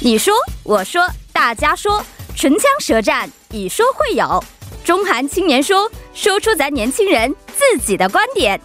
你说，我说，大家说，唇枪舌战，以说会友。中韩青年说，说出咱年轻人自己的观点。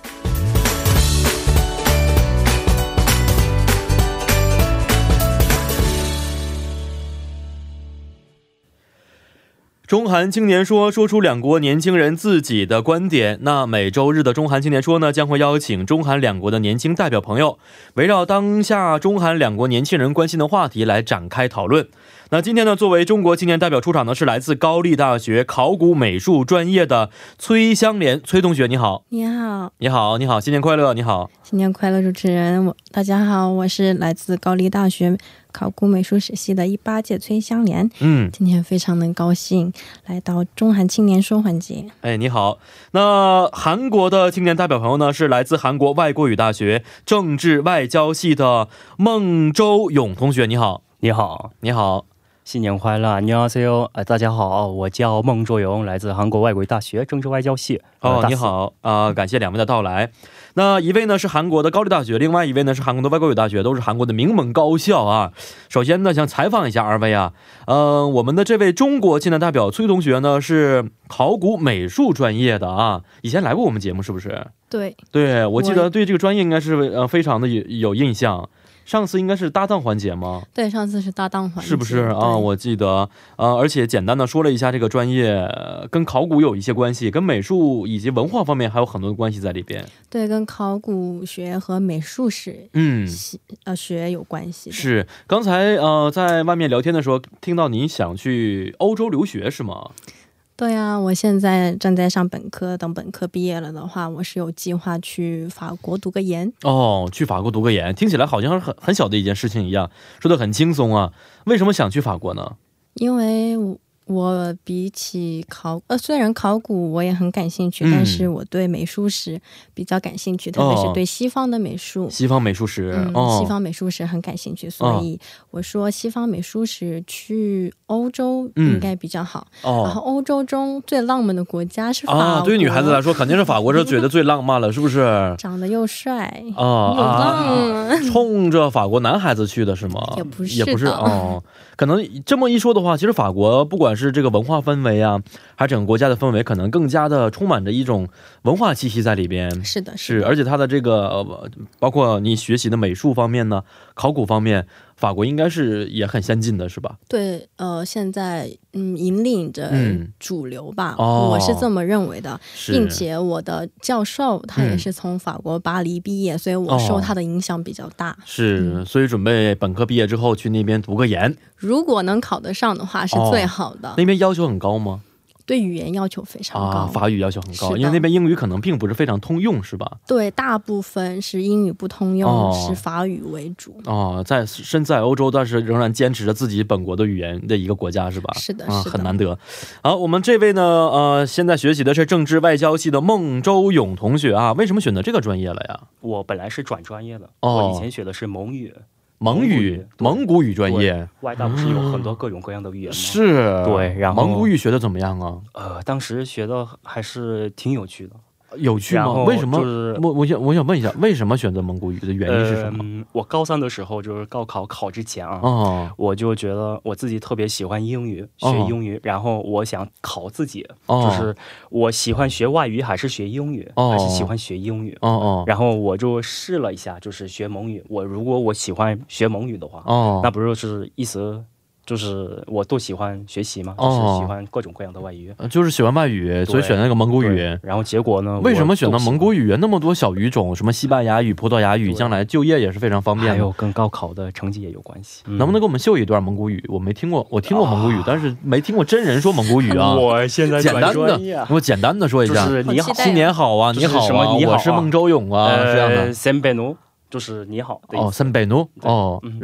中韩青年说说出两国年轻人自己的观点。那每周日的中韩青年说呢，将会邀请中韩两国的年轻代表朋友，围绕当下中韩两国年轻人关心的话题来展开讨论。那今天呢，作为中国青年代表出场的是来自高丽大学考古美术专业的崔香莲，崔同学，你好，你好，你好，你好，新年快乐，你好。新年快乐，主持人！我大家好，我是来自高丽大学考古美术史系的一八届崔香莲。嗯，今天非常的高兴来到中韩青年说环节。哎，你好。那韩国的青年代表朋友呢，是来自韩国外国语大学政治外交系的孟周勇同学，你好，你好，你好。新年快乐，你好 C O，呃，大家好，我叫孟卓勇，来自韩国外国语大学政治外交系。呃哦，大你四好啊、感谢两位的到来。那一位呢是韩国的高丽大学，另外一位呢是韩国的外国语大学，都是韩国的名门高校啊。首先呢，想采访一下二位啊，呃，我们的这位中国青年代表崔同学呢是考古美术专业的啊，以前来过我们节目是不是？对，对，我记我得对这个专业应该是呃非常的有有印象。上次应该是搭档环节吗？对，上次是搭档环节，是不是啊？对我记得，呃，而且简单的说了一下这个专业呃跟考古有一些关系，跟美术以及文化方面还有很多的关系在里边。对跟考古学和美术史嗯，系呃学有关系的。是。刚才呃在外面聊天的时候，听到你想去欧洲留学是吗？对啊，我现在正在上本科，等本科毕业了的话，我是有计划去法国读个研。哦，去法国读个研，听起来好像是很很小的一件事情一样，说的很轻松啊。为什么想去法国呢？因为我我比起考呃，虽然考古我也很感兴趣，嗯但是我对美术史比较感兴趣，特别是对西方的美术。西方美术史，嗯，哦，西方美术史很感兴趣，所以我说西方美术史去欧洲嗯应该比较好。然后哦。欧洲中最浪漫的国家是法国，啊，对于女孩子来说，肯定是法国是觉得最浪漫了，是不 是？啊长得又帅，啊，嗯冲着法国男孩子去的是吗？也不是也不是的哦。可能这么一说的话，其实法国不管是这个文化氛围啊，还是整个国家的氛围，可能更加的充满着一种文化气息在里边。是的，是，的而且它的这个呃包括你学习的美术方面呢，考古方面，法国应该是也很先进的，是吧？对，呃，现在嗯，引领着嗯主流吧，哦我是这么认为的，是，并且我的教授他也嗯是从法国巴黎毕业，所以我受哦他的影响比较大。嗯是，所以准备本科毕业之后去那边读个研，如果能考得上的话，是哦最好的。那边要求很高吗？对语言要求非常高，啊，法语要求很是高，的因为那边英语可能并不是非常通用，是吧？对大部分是英语不通用，哦是法语为主。哦，在身在欧洲，但是仍然坚持着自己本国的语言的一个国家，是吧？是的，啊，是的，很难得。好，我们这位呢，呃，现在学习的是政治外交系的孟周勇同学啊，为什么选择这个专业了呀？我本来是转专业的，哦我以前学的是蒙语，蒙语，蒙蒙古语专业外大不是有很多各种各样的语言吗？，是，对然后蒙古语学的怎么样啊？呃，当时学的还是挺有趣的。有趣然吗？后为什么？就是我我想我想问一下，为什么选择蒙古语的原因是什么？嗯我高三的时候就是高考考之前啊。哦我就觉得我自己特别喜欢英语，学哦英语，然后我想考自己，哦，就是我喜欢学外语还是学英语，哦还是喜欢学英语。哦哦然后我就试了一下，就是学蒙语。我如果我喜欢学蒙语的话，哦，那不就是意思就是我都喜欢学习嘛，就哦是喜欢各种各样的外语。就是喜欢外语，所以对选那个蒙古语。对然后结果呢？为什么选择蒙古语？语啊言？那么多小语种，什么西班牙语、葡萄牙语，对将来就业也是非常方还便的有。跟高考的成绩也有关系。能不能给我们秀一段蒙古语？我没听过，我听过蒙古语，但是没听过真人说蒙古语啊。啊 我现在简单转专业的啊，我简单的说一就下。是你好好期，待新年好啊，就你是好什啊，么你好啊我是孟周勇啊，这样呃，的。三百奴就是你好的哦，意思。森北奴哦，嗯，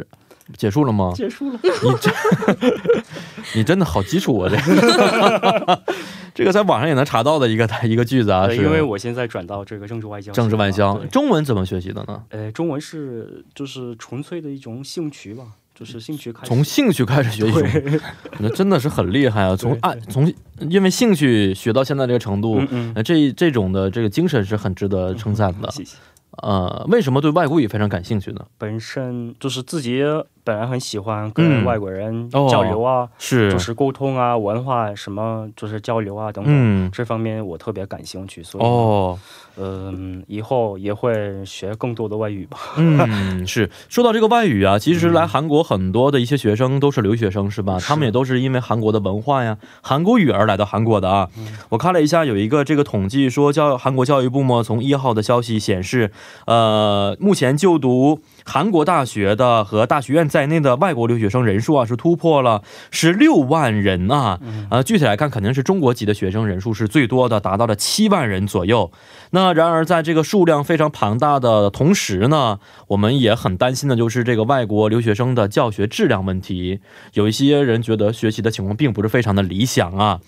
结束了吗？结束了。你真， 你真的好基础啊！这个 这个在网上也能查到的一个一个句子啊，对是因为我现在转到这个政治外交系了政嘛，治外交。对中文怎么学习的呢？呃，中文是就是纯粹的一种兴趣吧，就是兴趣开始。从兴趣开始学习，那真的是很厉害啊！从爱从因为兴趣学到现在这个程度 嗯，嗯，呃这这种的这个精神是很值得称赞的谢谢。呃，为什么对外国语非常感兴趣呢？本身就是自己本来很喜欢嗯跟外国人哦交流啊，是就是沟通啊，文化什么就是交流啊等等。嗯，这方面我特别感兴趣，所以，哦，嗯、以后也会学更多的外语吧。嗯，是。说到这个外语啊，其实来韩国很多的一些学生都是留学生，是吧？是他们也都是因为韩国的文化呀、韩国语而来到韩国的啊。我看了一下，有一个这个统计说，教韩国教育部嘛，从一号的消息显示，呃，目前就读韩国大学的和大学院在内的外国留学生人数啊，是突破了十六万人啊。呃，具体来看，肯定是中国籍的学生人数是最多的，达到了七万人左右。那然而，在这个数量非常庞大的同时呢，我们也很担心的就是这个外国留学生的教学质量问题。有一些人觉得学习的情况并不是非常的理想啊。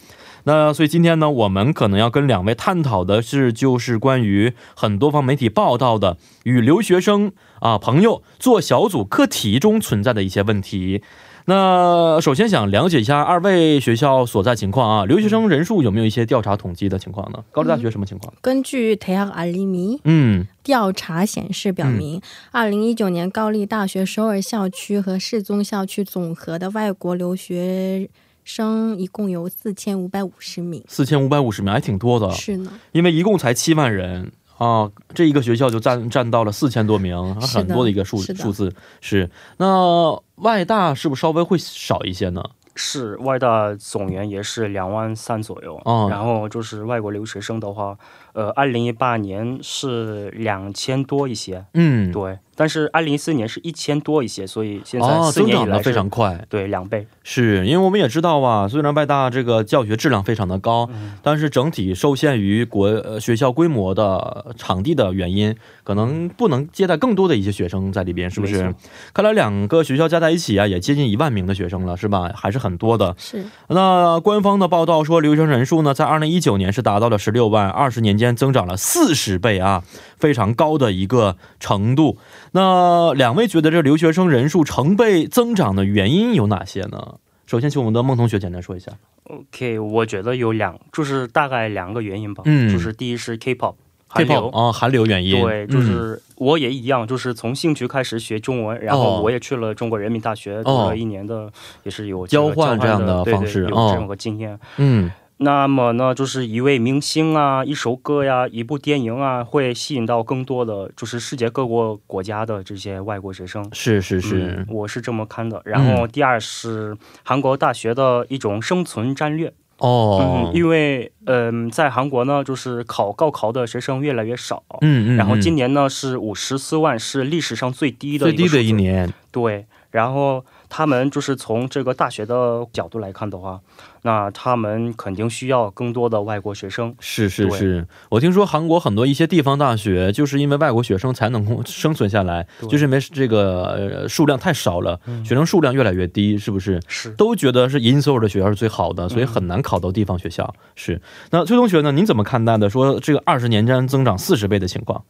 那所以今天呢，我们可能要跟两位探讨的是，就是关于很多方媒体报道的与留学生啊朋友做小组课题中存在的一些问题。那首先想了解一下二位学校所在情况啊，留学生人数有没有一些调查统计的情况呢？高丽大学什么情况？根据대학알림이 嗯，调查显示，表明二零一九年高丽大学首尔校区和世宗校区总和的外国留学生一共有四千五百五十名。四千五百五十名还挺多的，是呢，因为一共才七万人啊，这一个学校就占占到了四千多名，是的很多的一个数是的数字是。那外大是不是稍微会少一些呢？是外大总员也是两万三左右，哦然后就是外国留学生的话，呃，二零一八年是两千多一些，嗯，对，但是二零一四年是一千多一些，所以现在哦，四增年以长来的是非常快，对两倍，是因为我们也知道啊，虽然外大这个教学质量非常的高，嗯但是整体受限于国、呃、学校规模的场地的原因，可能不能接待更多的一些学生在里边，是不没是错？看来两个学校加在一起啊，也接近一万名的学生了，是吧？还是很多的。是那官方的报道说，留学生人数呢，在二零一九年是达到了十六万，二十年间增长了四十倍啊，非常高的一个程度。那两位觉得这留学生人数成倍增长的原因有哪些呢？首先，请我们的孟同学简单说一下。 OK，我觉得有两，就是大概两个原因吧。嗯就是第一是 K-pop，韩流。啊、韩流原因，对，就嗯、是我也一样，就是从兴趣开始学中文，然哦后我也去了中国人民大学、读了一年的，也是有这交个换交这样的的对方式对哦有这么个经验。嗯，那么呢，就是一位明星啊，一首歌呀、一部电影啊，会吸引到更多的就是世界各国国家的这些外国学生。是是嗯嗯是，我是这么看的。然后第二是韩国大学的一种生存战略。哦嗯，，因为嗯、在韩国呢，就是考高考的学生越来越少，嗯嗯，然后今年年呢是五十四万，是历史上最低的最低个数的字一，年，对。然后他们就是从这个大学的角度来看的话，那他们肯定需要更多的外国学生。是是对是，我听说韩国很多一些地方大学，就是因为外国学生才能够生存下来，对就是因为这个、呃、数量太少了，学生数量越来越低，是不是？是都觉得是银首尔的学校是最好的，所以很难考到地方学校。是，那崔同学呢？您怎么看待的？说这个二十年间增长四十倍的情况？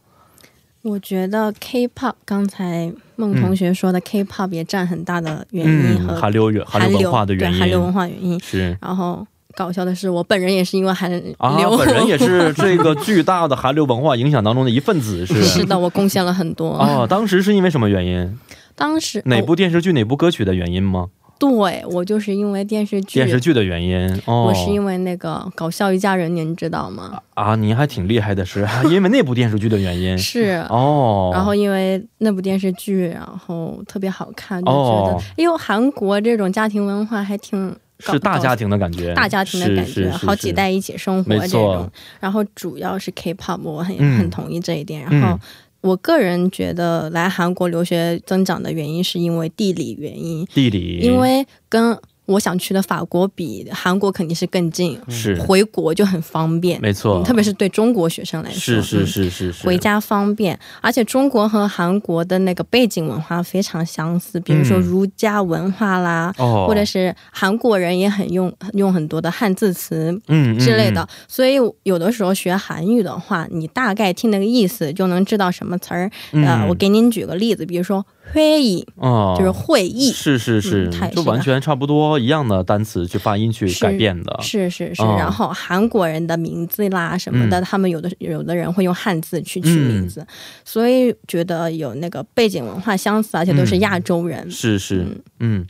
我觉得 K-pop，刚才孟同学说的 K-pop 也占很大的原因和嗯韩流原嗯韩流文化的原对韩流文因化原因。是然后搞笑的是，我本人也是因为韩流，啊，本人也是这个巨大的韩流文化影响当中的一份子，是 是的，我贡献了很多。哦，当时是因为什么原 因？当时哪、哦部电视剧、哪部歌曲的原因吗？对我就是因为电视剧，电视剧的原因哦，我是因为那个《搞笑一家人》，您知道吗？啊，您还挺厉害的 是，因为那部啊电视剧的原因是。哦。然后因为那部电视剧，然后特别好看，就觉得，哦，哎呦，韩国这种家庭文化还挺搞是大搞家庭的感觉，大家庭的感是觉，好几。代一起生活没这错种。然后主要是 K-pop，我很、嗯很同意这一点。嗯然后我个人觉得来韩国留学增长的原因是因为地理原因，是是地理，因为跟我想去的法国比，韩国肯定是更近，是回国就很方便。没错，嗯特别是对中国学生来说，是是嗯是是是回家方便，而且中国和韩国的那个背景文化非常相似，比如说嗯儒家文化啦，哦，或者是韩国人也很用用很多的汉字词嗯嗯之类的，所以有的时候学韩语的话，你大概听那个意思就能知道什么词儿。嗯呃，我嗯给您举个例子，比如说会议，啊，就是会议，是是是嗯它也，是就完全差不多一样的单词去发音去是改变的。是是是。哦嗯然后韩国人的名字啦什么的，他们有的有的人会用汉字去取名字，所以觉得有那个背景文化相似，而且都嗯是亚洲人。是是，嗯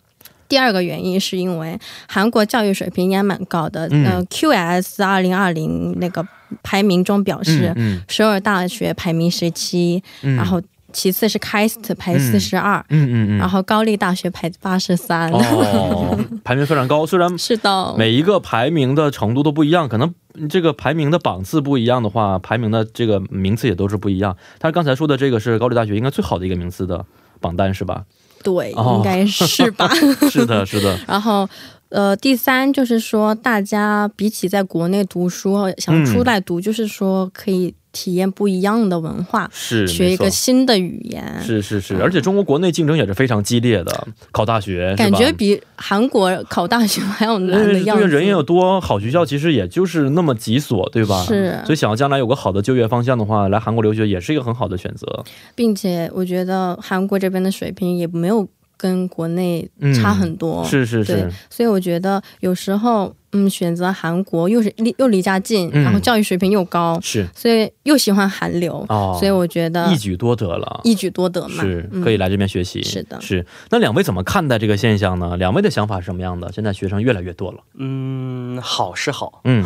第二个原因是因为韩国教育水平也蛮高的，嗯呃，QS 二零二零那个排名中表示嗯，嗯首尔大学排名十七、嗯，然后其次是 KAIST 排嗯四十二，嗯嗯嗯，然后高丽大学排八十三。哦，排名非常高，虽然。 是的，每一个排名的程度都不一样，可能这个排名的榜次不一样的话，排名的这个名次也都是不一样。但是刚才说的这个是高丽大学应该最好的一个名次的榜单是 吧？对，哦应该是 吧。是的，是的，然后，呃，第三就是说，大家比起在国内读书，想嗯出来读，就是说可以体验不一样的文化，是学一没个错新的语言，是是是，而且中国国内竞争也是非常激烈的，考大学是吧感觉比韩国考大学还要难的对样子。对，人也有多，好学校其实也就是那么几所，对吧？是所以想要将来有个好的就业方向的话，来韩国留学也是一个很好的选择。并且我觉得韩国这边的水平也没有跟国内差很多，嗯是是是哦对，所以我觉得有时候，嗯，选择韩国又是离又离家近，嗯然后教育水平又高，是所以又喜欢韩流，哦，所以我觉得一举多得了。一举多得嘛，是嗯可以来这边学习，是的是。那两位怎么看待这个现象呢？两位的想法是什么样的？现在学生越来越多了，嗯，好是好，嗯，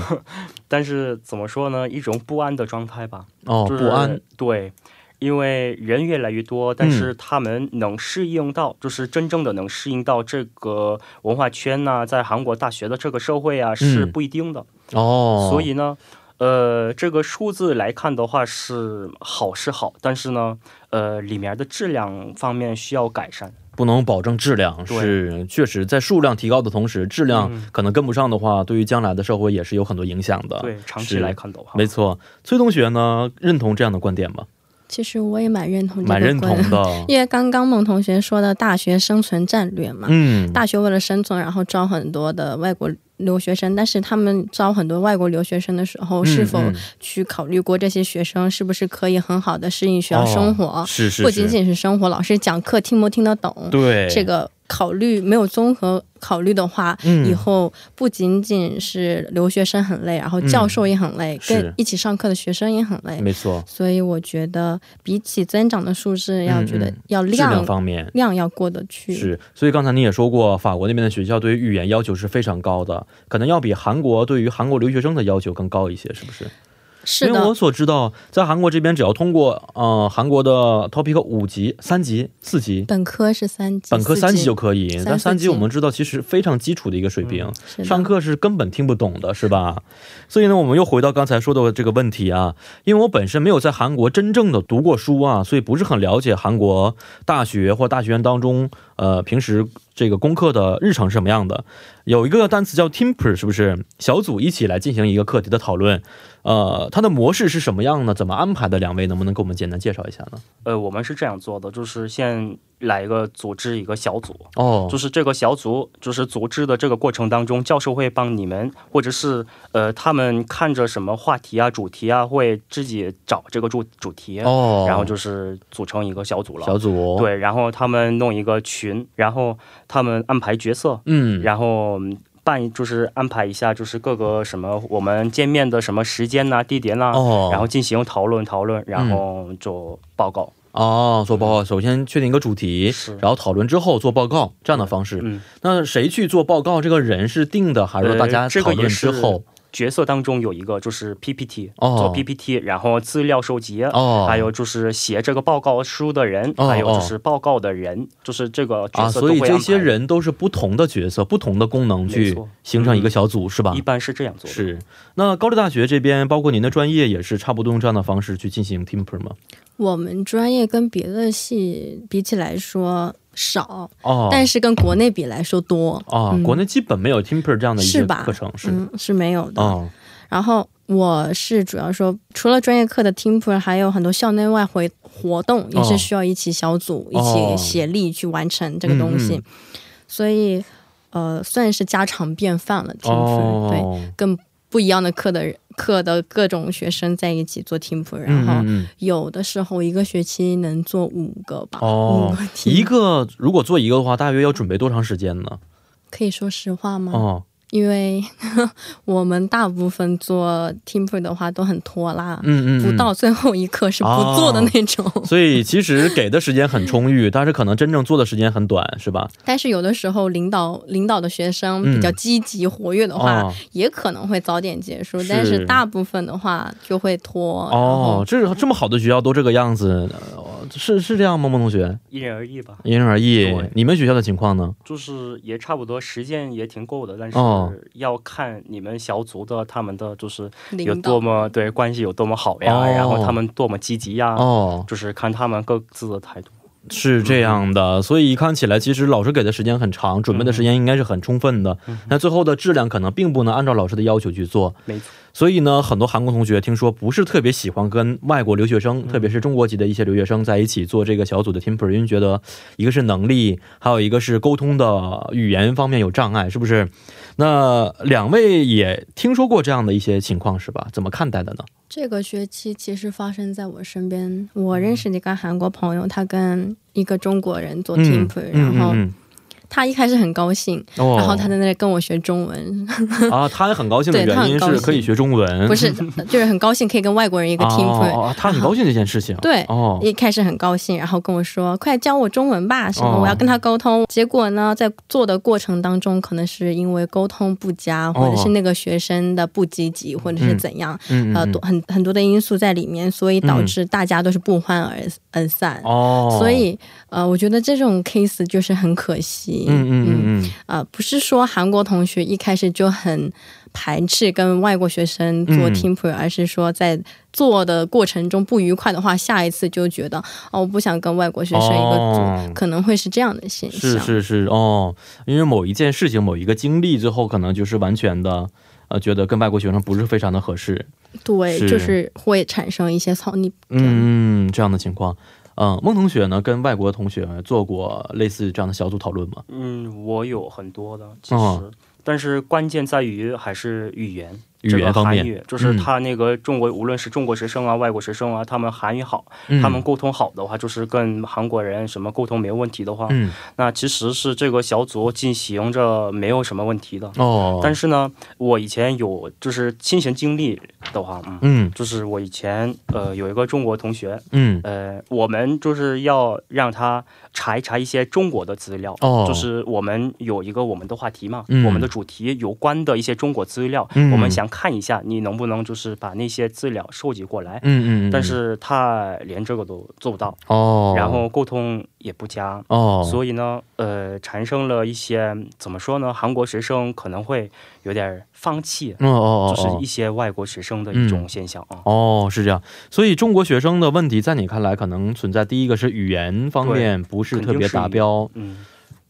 但是怎么说呢，一种不安的状态吧。哦， 就是不安，嗯对，因为人越来越多，但是他们能适应到，就是真正的能适应到这个文化圈呐、在韩国大学的这个社会啊，是不一定的。嗯哦，所以呢，呃，这个数字来看的话是好是好，但是呢，呃，里面的质量方面需要改善。不能保证质量，对是确实在数量提高的同时，质量嗯可能跟不上的话，对于将来的社会也是有很多影响的。对，长期啊是来看的话，没错，崔同学呢认同这样的观点吗？其实我也蛮认同这蛮个认观同点，的。因为刚刚孟同学说的大学生存战略嘛，嗯，大学为了生存，然后招很多的外国留学生，但是他们招很多外国留学生的时候，嗯是否嗯去考虑过这些学生是不是可以很好的适应学校生活？哦是是是，不仅仅是生活，老师讲课听不听得懂，对这个考虑没有综合考虑的话。嗯以后不仅仅是留学生很累，然后教授也很累，嗯是跟一起上课的学生也很累，没错，所以我觉得比起增长的数字，要嗯觉得嗯要质量量方面。量要过得去。是，所以刚才你也说过，法国那边的学校对于语言要求是非常高的，可能要比韩国对于韩国留学生的要求更高一些，是不是？是因为我的，所知道，在韩国这边，只要通过呃韩国的 Topic 五级、三级、四级，本科是三级，本科四三级就可以。三但三级四级嗯我们知道，其实非常基础的一个水平，是的上课是根本听不懂的，是吧？所以呢，我们又回到刚才说的这个问题啊，因为我本身没有在韩国真正的读过书啊，所以不是很了解韩国大学或大学院当中，呃，平时这个功课的日程是什么样的。有一个单词叫 teamper，是不是？小组一起来进行一个课题的讨论，呃，它的模式是什么样呢？怎么安排的？两位能不能给我们简单介绍一下呢？呃，我们是这样做的，就是先来一个组织一个小组，哦就，是这个小组，就是组织的这个过程当中，教授会帮你们，或者是呃，他们看着什么话题啊、主题啊，会自己找这个主主题，哦，然后就是组成一个小组了。小组，，哦对，然后他们弄一个群，然后他们安排角色，嗯，然后嗯办就是安排一下，就是各个什么我们见面的什么时间呐、地点呐、哦，然后进行讨论讨论，然后做报告。哦，做报告，首先确定一个主题是，然后讨论之后做报告这样的方式。嗯，那谁去做报告？这个人是定的，还是说大家呃这讨个也论之是后？角色当中有一个就是 PPT，、哦做 PPT，然后资料收集。哦，还有就是写这个报告书的人，哦还有就是报告的人，就是这个角啊，色都会所以安排。这些人都是不同的角色、不同的功能没去错嗯形成一个小组，是吧一？般是这样做的。啊是。那高丽大学这边，包括您的专业，也是差不多用这样的方式去进行 teamper 吗？我们专业跟别的系比起来说少，哦，但是是跟国内比来说多，哦，嗯国内基本没有 teamper 这样的一是个吧课程，是嗯，是没有的。哦，然后我是主要说，除了专业课的 team p 还有很多校内外活活动也是需要一起小组、哦一起协力去完成这个东西，嗯嗯所以呃，算是家常便饭了 team p 对，哦，更不一样的课的人课的各种学生在一起做 team p 然后嗯嗯有的时候一个学期能做五个吧，哦五个，题。一个如果做一个的话，大约要准备多长时间呢？可以说实话吗？哦，因为我们大部分做 team p 的话都很拖拉，嗯嗯，嗯不到。最后一刻是不做的那种。所以其实给的时间很充裕，但是可能真正做的时间很短，是吧？ 但是有的时候领导领导的学生比较积极活跃的嗯话，哦也可能会早点结束，是但是大部分的话就会拖。然哦后，这这么好的学校都这个样子，呃是是这样吗？孟同学，因人而异吧。因人而异对。你们学校的情况呢？就是也差不多，时间也挺够的，但哦是要看你们小组的他们的就是有领多导么对关系有多么好呀，哦然后他们多么积极呀，哦，就是看他们各自的态度。是这样的，所以看起来其实老师给的时间很长，准备的时间应该是很充分的，那最后的质量可能并不能按照老师的要求去做。没错，所以呢，很多韩国同学听说不是特别喜欢跟外国留学生，特别是中国籍的一些留学生在一起做这个小组的 team p r 因为觉得一个是能力，还有一个是沟通的语言方面有障碍，是不是？那两位也听说过这样的一些情况是吧？怎么看待的呢？这个学期其实发生在我身边，嗯我认识的一个韩国朋友，他跟一个中国人做 team p 然后嗯他一开始很高兴，嗯哦 然后他在那里跟我学中文，啊，他很高兴的对他原很因高是兴可以学中文， 不是就是很高兴可以跟外国人一个 team p 哦哦哦他很高兴这件事情。对哦，一开始很高兴，然后跟我说：“快教我中文吧，什么哦我要跟他沟通。结果呢，在做的过程当中，可能是因为沟通不佳，哦或者是那个学生的不积极，或者是怎样，嗯呃，嗯多很很多的因素在里面，所以导致大家都是不欢而而散。哦，所以，呃，我觉得这种 case 就是很可惜。嗯嗯嗯嗯，呃，不是说韩国同学一开始就很排斥跟外国学生做嗯 team p 而是说在做的过程中不愉快的话，下一次就觉得哦，我不想跟外国学生一个组，哦可能会是这样的现象。是是是哦，因为某一件事情、某一个经历，最后可能就是完全的。呃，觉得跟外国学生不是非常的合适，对是就是会产生一些操你嗯，这样的情况，嗯、孟同学呢跟外国同学做过类似这样的小组讨论吗？嗯，我有很多的，其实，哦但是关键在于还是语言。语言方面这个韩语就是嗯他那个中国，无论是中国学生啊、外国学生啊，他们韩语好，嗯他们沟通好的话，就是跟韩国人什么沟通没有问题的话，嗯那其实是这个小组进行着没有什么问题的。哦，但是是呢，我以前有就是亲身经历的话，嗯，嗯就是我以前呃有一个中国同学，嗯呃，我们就是要让他查一查一些中国的资料，哦就是我们有一个我们的话题嘛，嗯我们的主题有关的一些中国资料，嗯我们想看一下你能不能就是把那些资料收集过来，嗯嗯，但是他连这个都做不到，哦，然后沟通也不佳，哦，所以呢，呃，产生了一些怎么说呢？韩国学生可能会有点放弃，嗯哦哦就哦是一些外国学生的一种现象啊。哦，是这样，所以中国学生的问题在你看来可能存在第一个是语言方面不是特别达标，嗯，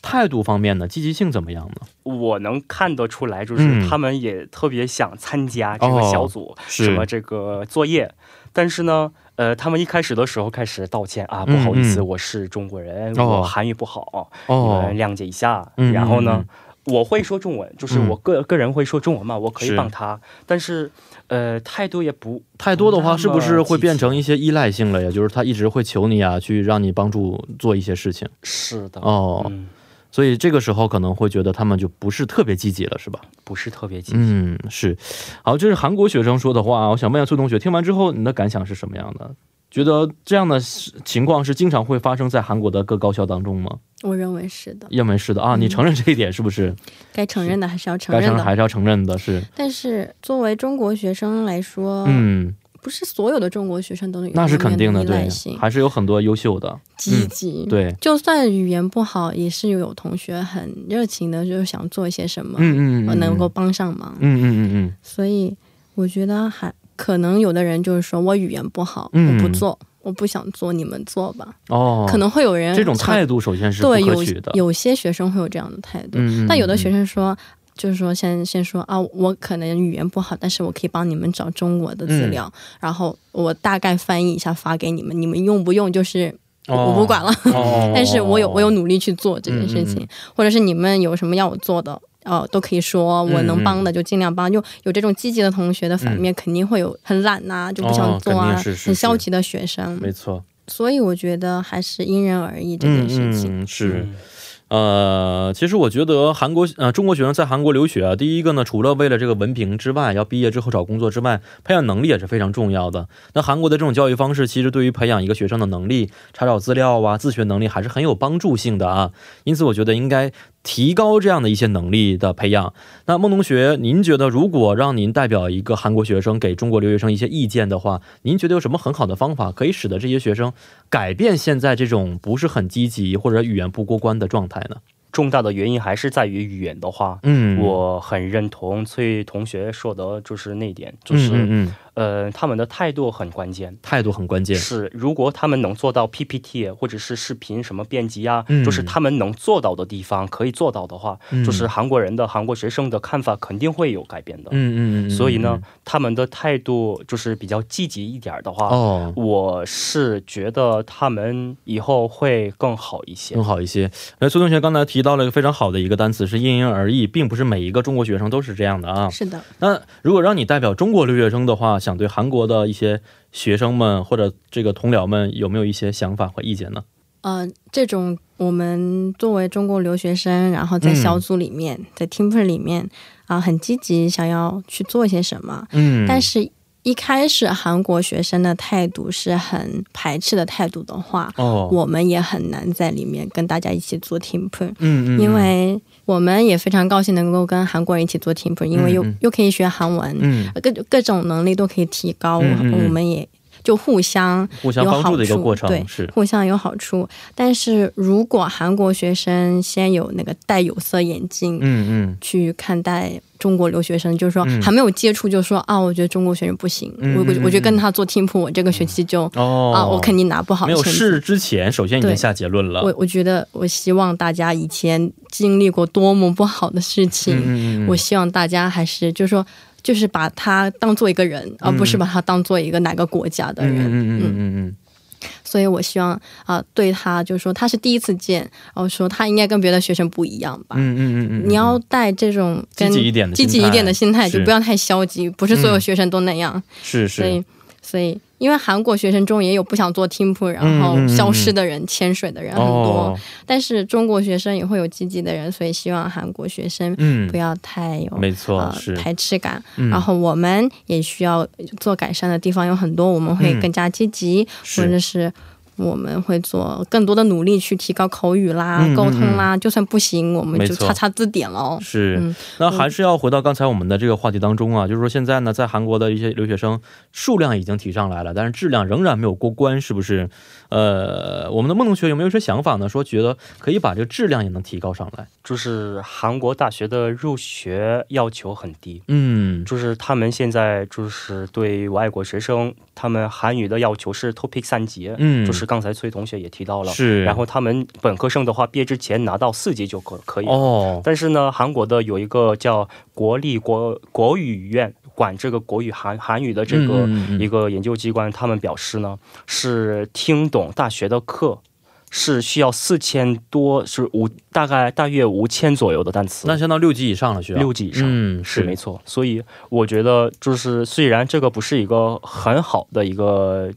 态度方面呢，积极性怎么样呢？我能看得出来，就嗯哦是他们也特别想参加这个小组、是什么这个作业，但是呢。呃，他们一开始的时候开始道歉啊，不嗯好意思，嗯我是中国人，哦我韩语不好，哦你们谅解一下。嗯然后呢嗯，我会说中文，就是嗯我个、个人会说中文嘛，我可是以帮他，但是呃，态度也不太多的那话，么是不是会变成积极一些依赖性了呀？就是他一直会求你啊，去让你帮助做一些事情是的，哦、嗯，所以这个时候可能会觉得他们就不是特别积极了，是吧？不是特别积极。嗯，是。好，这是韩国学生说的话，啊我想问一下崔同学，听完之后你的感想是什么样的？觉得这样的情况是经常会发生在韩国的各高校当中吗？我认为是的，认为是的啊，你承认这一点是不是？该承认的还是要嗯承该承认认还的。是要承认的，是。但是作为中国学生来说，嗯，不是所有的中国学生都有那是肯定的，的依赖对性，，还是嗯有很多优秀的，积极、对，就算语言不好，也是有同学很热情的，就是想做一些什么，嗯嗯呃嗯，能够，帮上忙。嗯嗯嗯嗯，所以我觉得还可能有的人就是说我语言不好，嗯我不做，我不想做，你们做吧。哦，可能会有人这种度态度首先是不对有可取的。有些学生会有这样的态度，嗯，嗯但有的学嗯生说。就是说先，先说啊，我可能语言不好，但是我可以帮你们找中国的资嗯料，然后我大概翻译一下发给你们，你们用不用就是我,、哦我不管了，哦但是我有我有努力去做这件事情，嗯嗯或者是你们有什么要我做的，呃都可以说，我能帮的嗯就尽量帮。就有这种积极的同学的反面，肯定会有很懒呐、就不想做哦肯啊，定是是很消极的学生。没错，所以我觉得还是因人而异这嗯件事情。嗯是。呃，其实我觉得韩国呃中国学生在韩国留学啊，第一个呢，除了为了这个文凭之外，要毕业之后找工作之外，培养能力也是非常重要的。那韩国的这种教育方式，其实对于培养一个学生的能力、查找资料啊、自学能力还是很有帮助性的啊。因此，我觉得应该提高这样的一些能力的培养。那孟同学，您觉得如果让您代表一个韩国学生给中国留学生一些意见的话，您觉得有什么很好的方法可以使得这些学生改变现在这种不是很积极或者语言不过关的状态呢？重大的原因还是在于语言的话，嗯我很认同崔同学说的，就是那一点，就嗯是、嗯嗯，呃，他们的态度很关键。态度很关键。是，如果他们能做到 PPT 啊或者是视频什么编辑啊，嗯就是他们能做到的地方可以做到的话，嗯就是韩国人的韩国学生的看法肯定会有改变的。嗯嗯嗯嗯，所以呢，他们的态度就是比较积极一点儿的话，嗯，哦。我是觉得他们以后会更好一些。更好一些。那崔同学刚才提到了一个非常好的一个单词，是因人而异，并不是每一个中国学生都是这样的啊。是的，那如果让你代表中国留学生的话，想对韩国的一些学生们或者这个同僚们有没有一些想法和意见呢？呃，这种我们作为中国留学生，然后在嗯小组里面，在 team p 里面啊、很积极，想要去做些什么，嗯但是是。一开始韩国学生的态度是很排斥的态度的话，哦，我们也很难在里面跟大家一起做 team p 嗯嗯，因为我们也非常高兴能够跟韩国人一起做 team p 因为又、嗯嗯又可以学韩文，嗯各各种能力都可以提高，嗯嗯嗯我们也就互相互相帮助的一个过程是互相有好处。但是如果韩国学生先有那个戴有色眼镜。嗯嗯去看待中国留学生，就是说嗯还没有接触，就说啊，我觉得中国学生不行，嗯我嗯嗯我我觉得跟他做 team，我这个学期就、哦啊，我肯定拿不好没成有绩。试之前，首先已经对下结论了。我我觉得，我希望大家以前经历过多么不好的事情，嗯嗯嗯我希望大家还是就是说，就是把他当做一个人，而不是把他当做一个哪个国家的嗯人。嗯嗯嗯嗯所以我希望啊、对他就是说他是第一次见，然后说他应该跟别的学生不一样吧。嗯嗯嗯嗯，你要带这种跟积极一点的积极一点的心态，是嗯就不要太消极，不是所有学生都那样。是所是以，所以因为韩国学生中也有不想做 team p 然后嗯嗯嗯消失的人、潜水的人很多。哦，但是中国学生也会有积极的人，所以希望韩国学生嗯不，要太有、没错呃是，排斥感、嗯然后我们也需要做改善的地方有很多，我们会嗯更加积极，或是者是我们会做更多的努力去提高口语啦、嗯嗯沟通啦。就算不行，我们没就错查查字典喽。是、嗯那还是要回到刚才我们的这个话题当中啊，就是说现在呢，在韩国的一些留学生数量已经提上来了，但是质量仍然没有过关，是不是？呃，我们的孟同学有没有一些想法呢？说觉得可以把这个质量也能提高上来？就是韩国大学的入学要求很低，嗯就是他们现在就是对外国学生，他们韩语的要求是 TOPIK 三级，嗯，就是刚才崔同学也提到了，是，然后他们本科生的话，毕业之前拿到四级就可可以了。哦，但是呢，韩国的有一个叫国立国国语院，管这个国语韩韩语的这个嗯嗯嗯一个研究机关，他们表示呢，是听懂大学的课是需要四千多，是五大概大约五千左右的单词，那相当六级以上了，需要六级以上。嗯，是没错，所以我觉得就是虽然这个不是一个很好的一个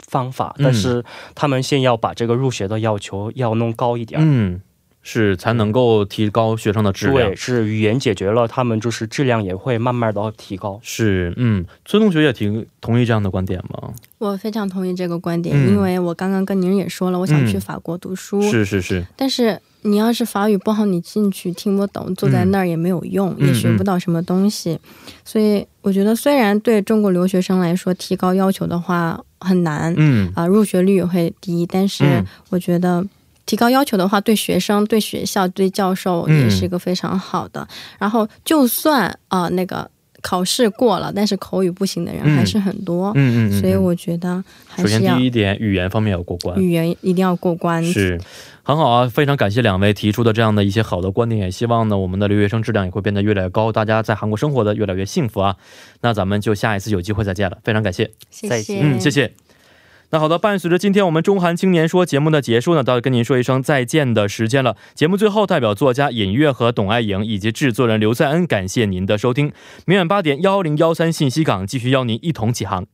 方法，嗯但是他们先要把这个入学的要求要弄高一点儿，嗯，是才能够提高学生的质量对，。是语言解决了，他们就是质量也会慢慢的提高。是，嗯，崔同学也挺同意这样的观点吗？我非常同意这个观点、嗯因为我刚刚跟您也说了，我想嗯去法国读书。是是是，但是你要是法语不好，你进去听不懂，坐在那儿也没有用，嗯也学不到什么东西。所以我觉得，虽然对中国留学生来说提高要求的话很难，嗯，啊、入学率也会低，但是嗯我觉得。提高要求的话，对学生、对学校、对教授嗯也是一个非常好的。然后，就算啊、那个考试过了，但是口语不行的人嗯还是很多，嗯嗯嗯，所以嗯我觉得还首先是要第一点，语言方面要过关。语言一定要过关。是，很好啊！非常感谢两位提出的这样的一些好的观点，也希望呢我们的留学生质量也会变得越来越高，大家在韩国生活的越来越幸福啊！那咱们就下一次有机会再见了，非常感谢，谢再谢，见嗯，谢谢。那好的，伴随着今天我们中韩青年说节目的结束呢，到跟您说一声再见的时间了。节目最后，代表作家尹月和董爱颖以及制作人刘在恩，感谢您的收听。明晚八点幺零幺三信息港继续邀您一同起航。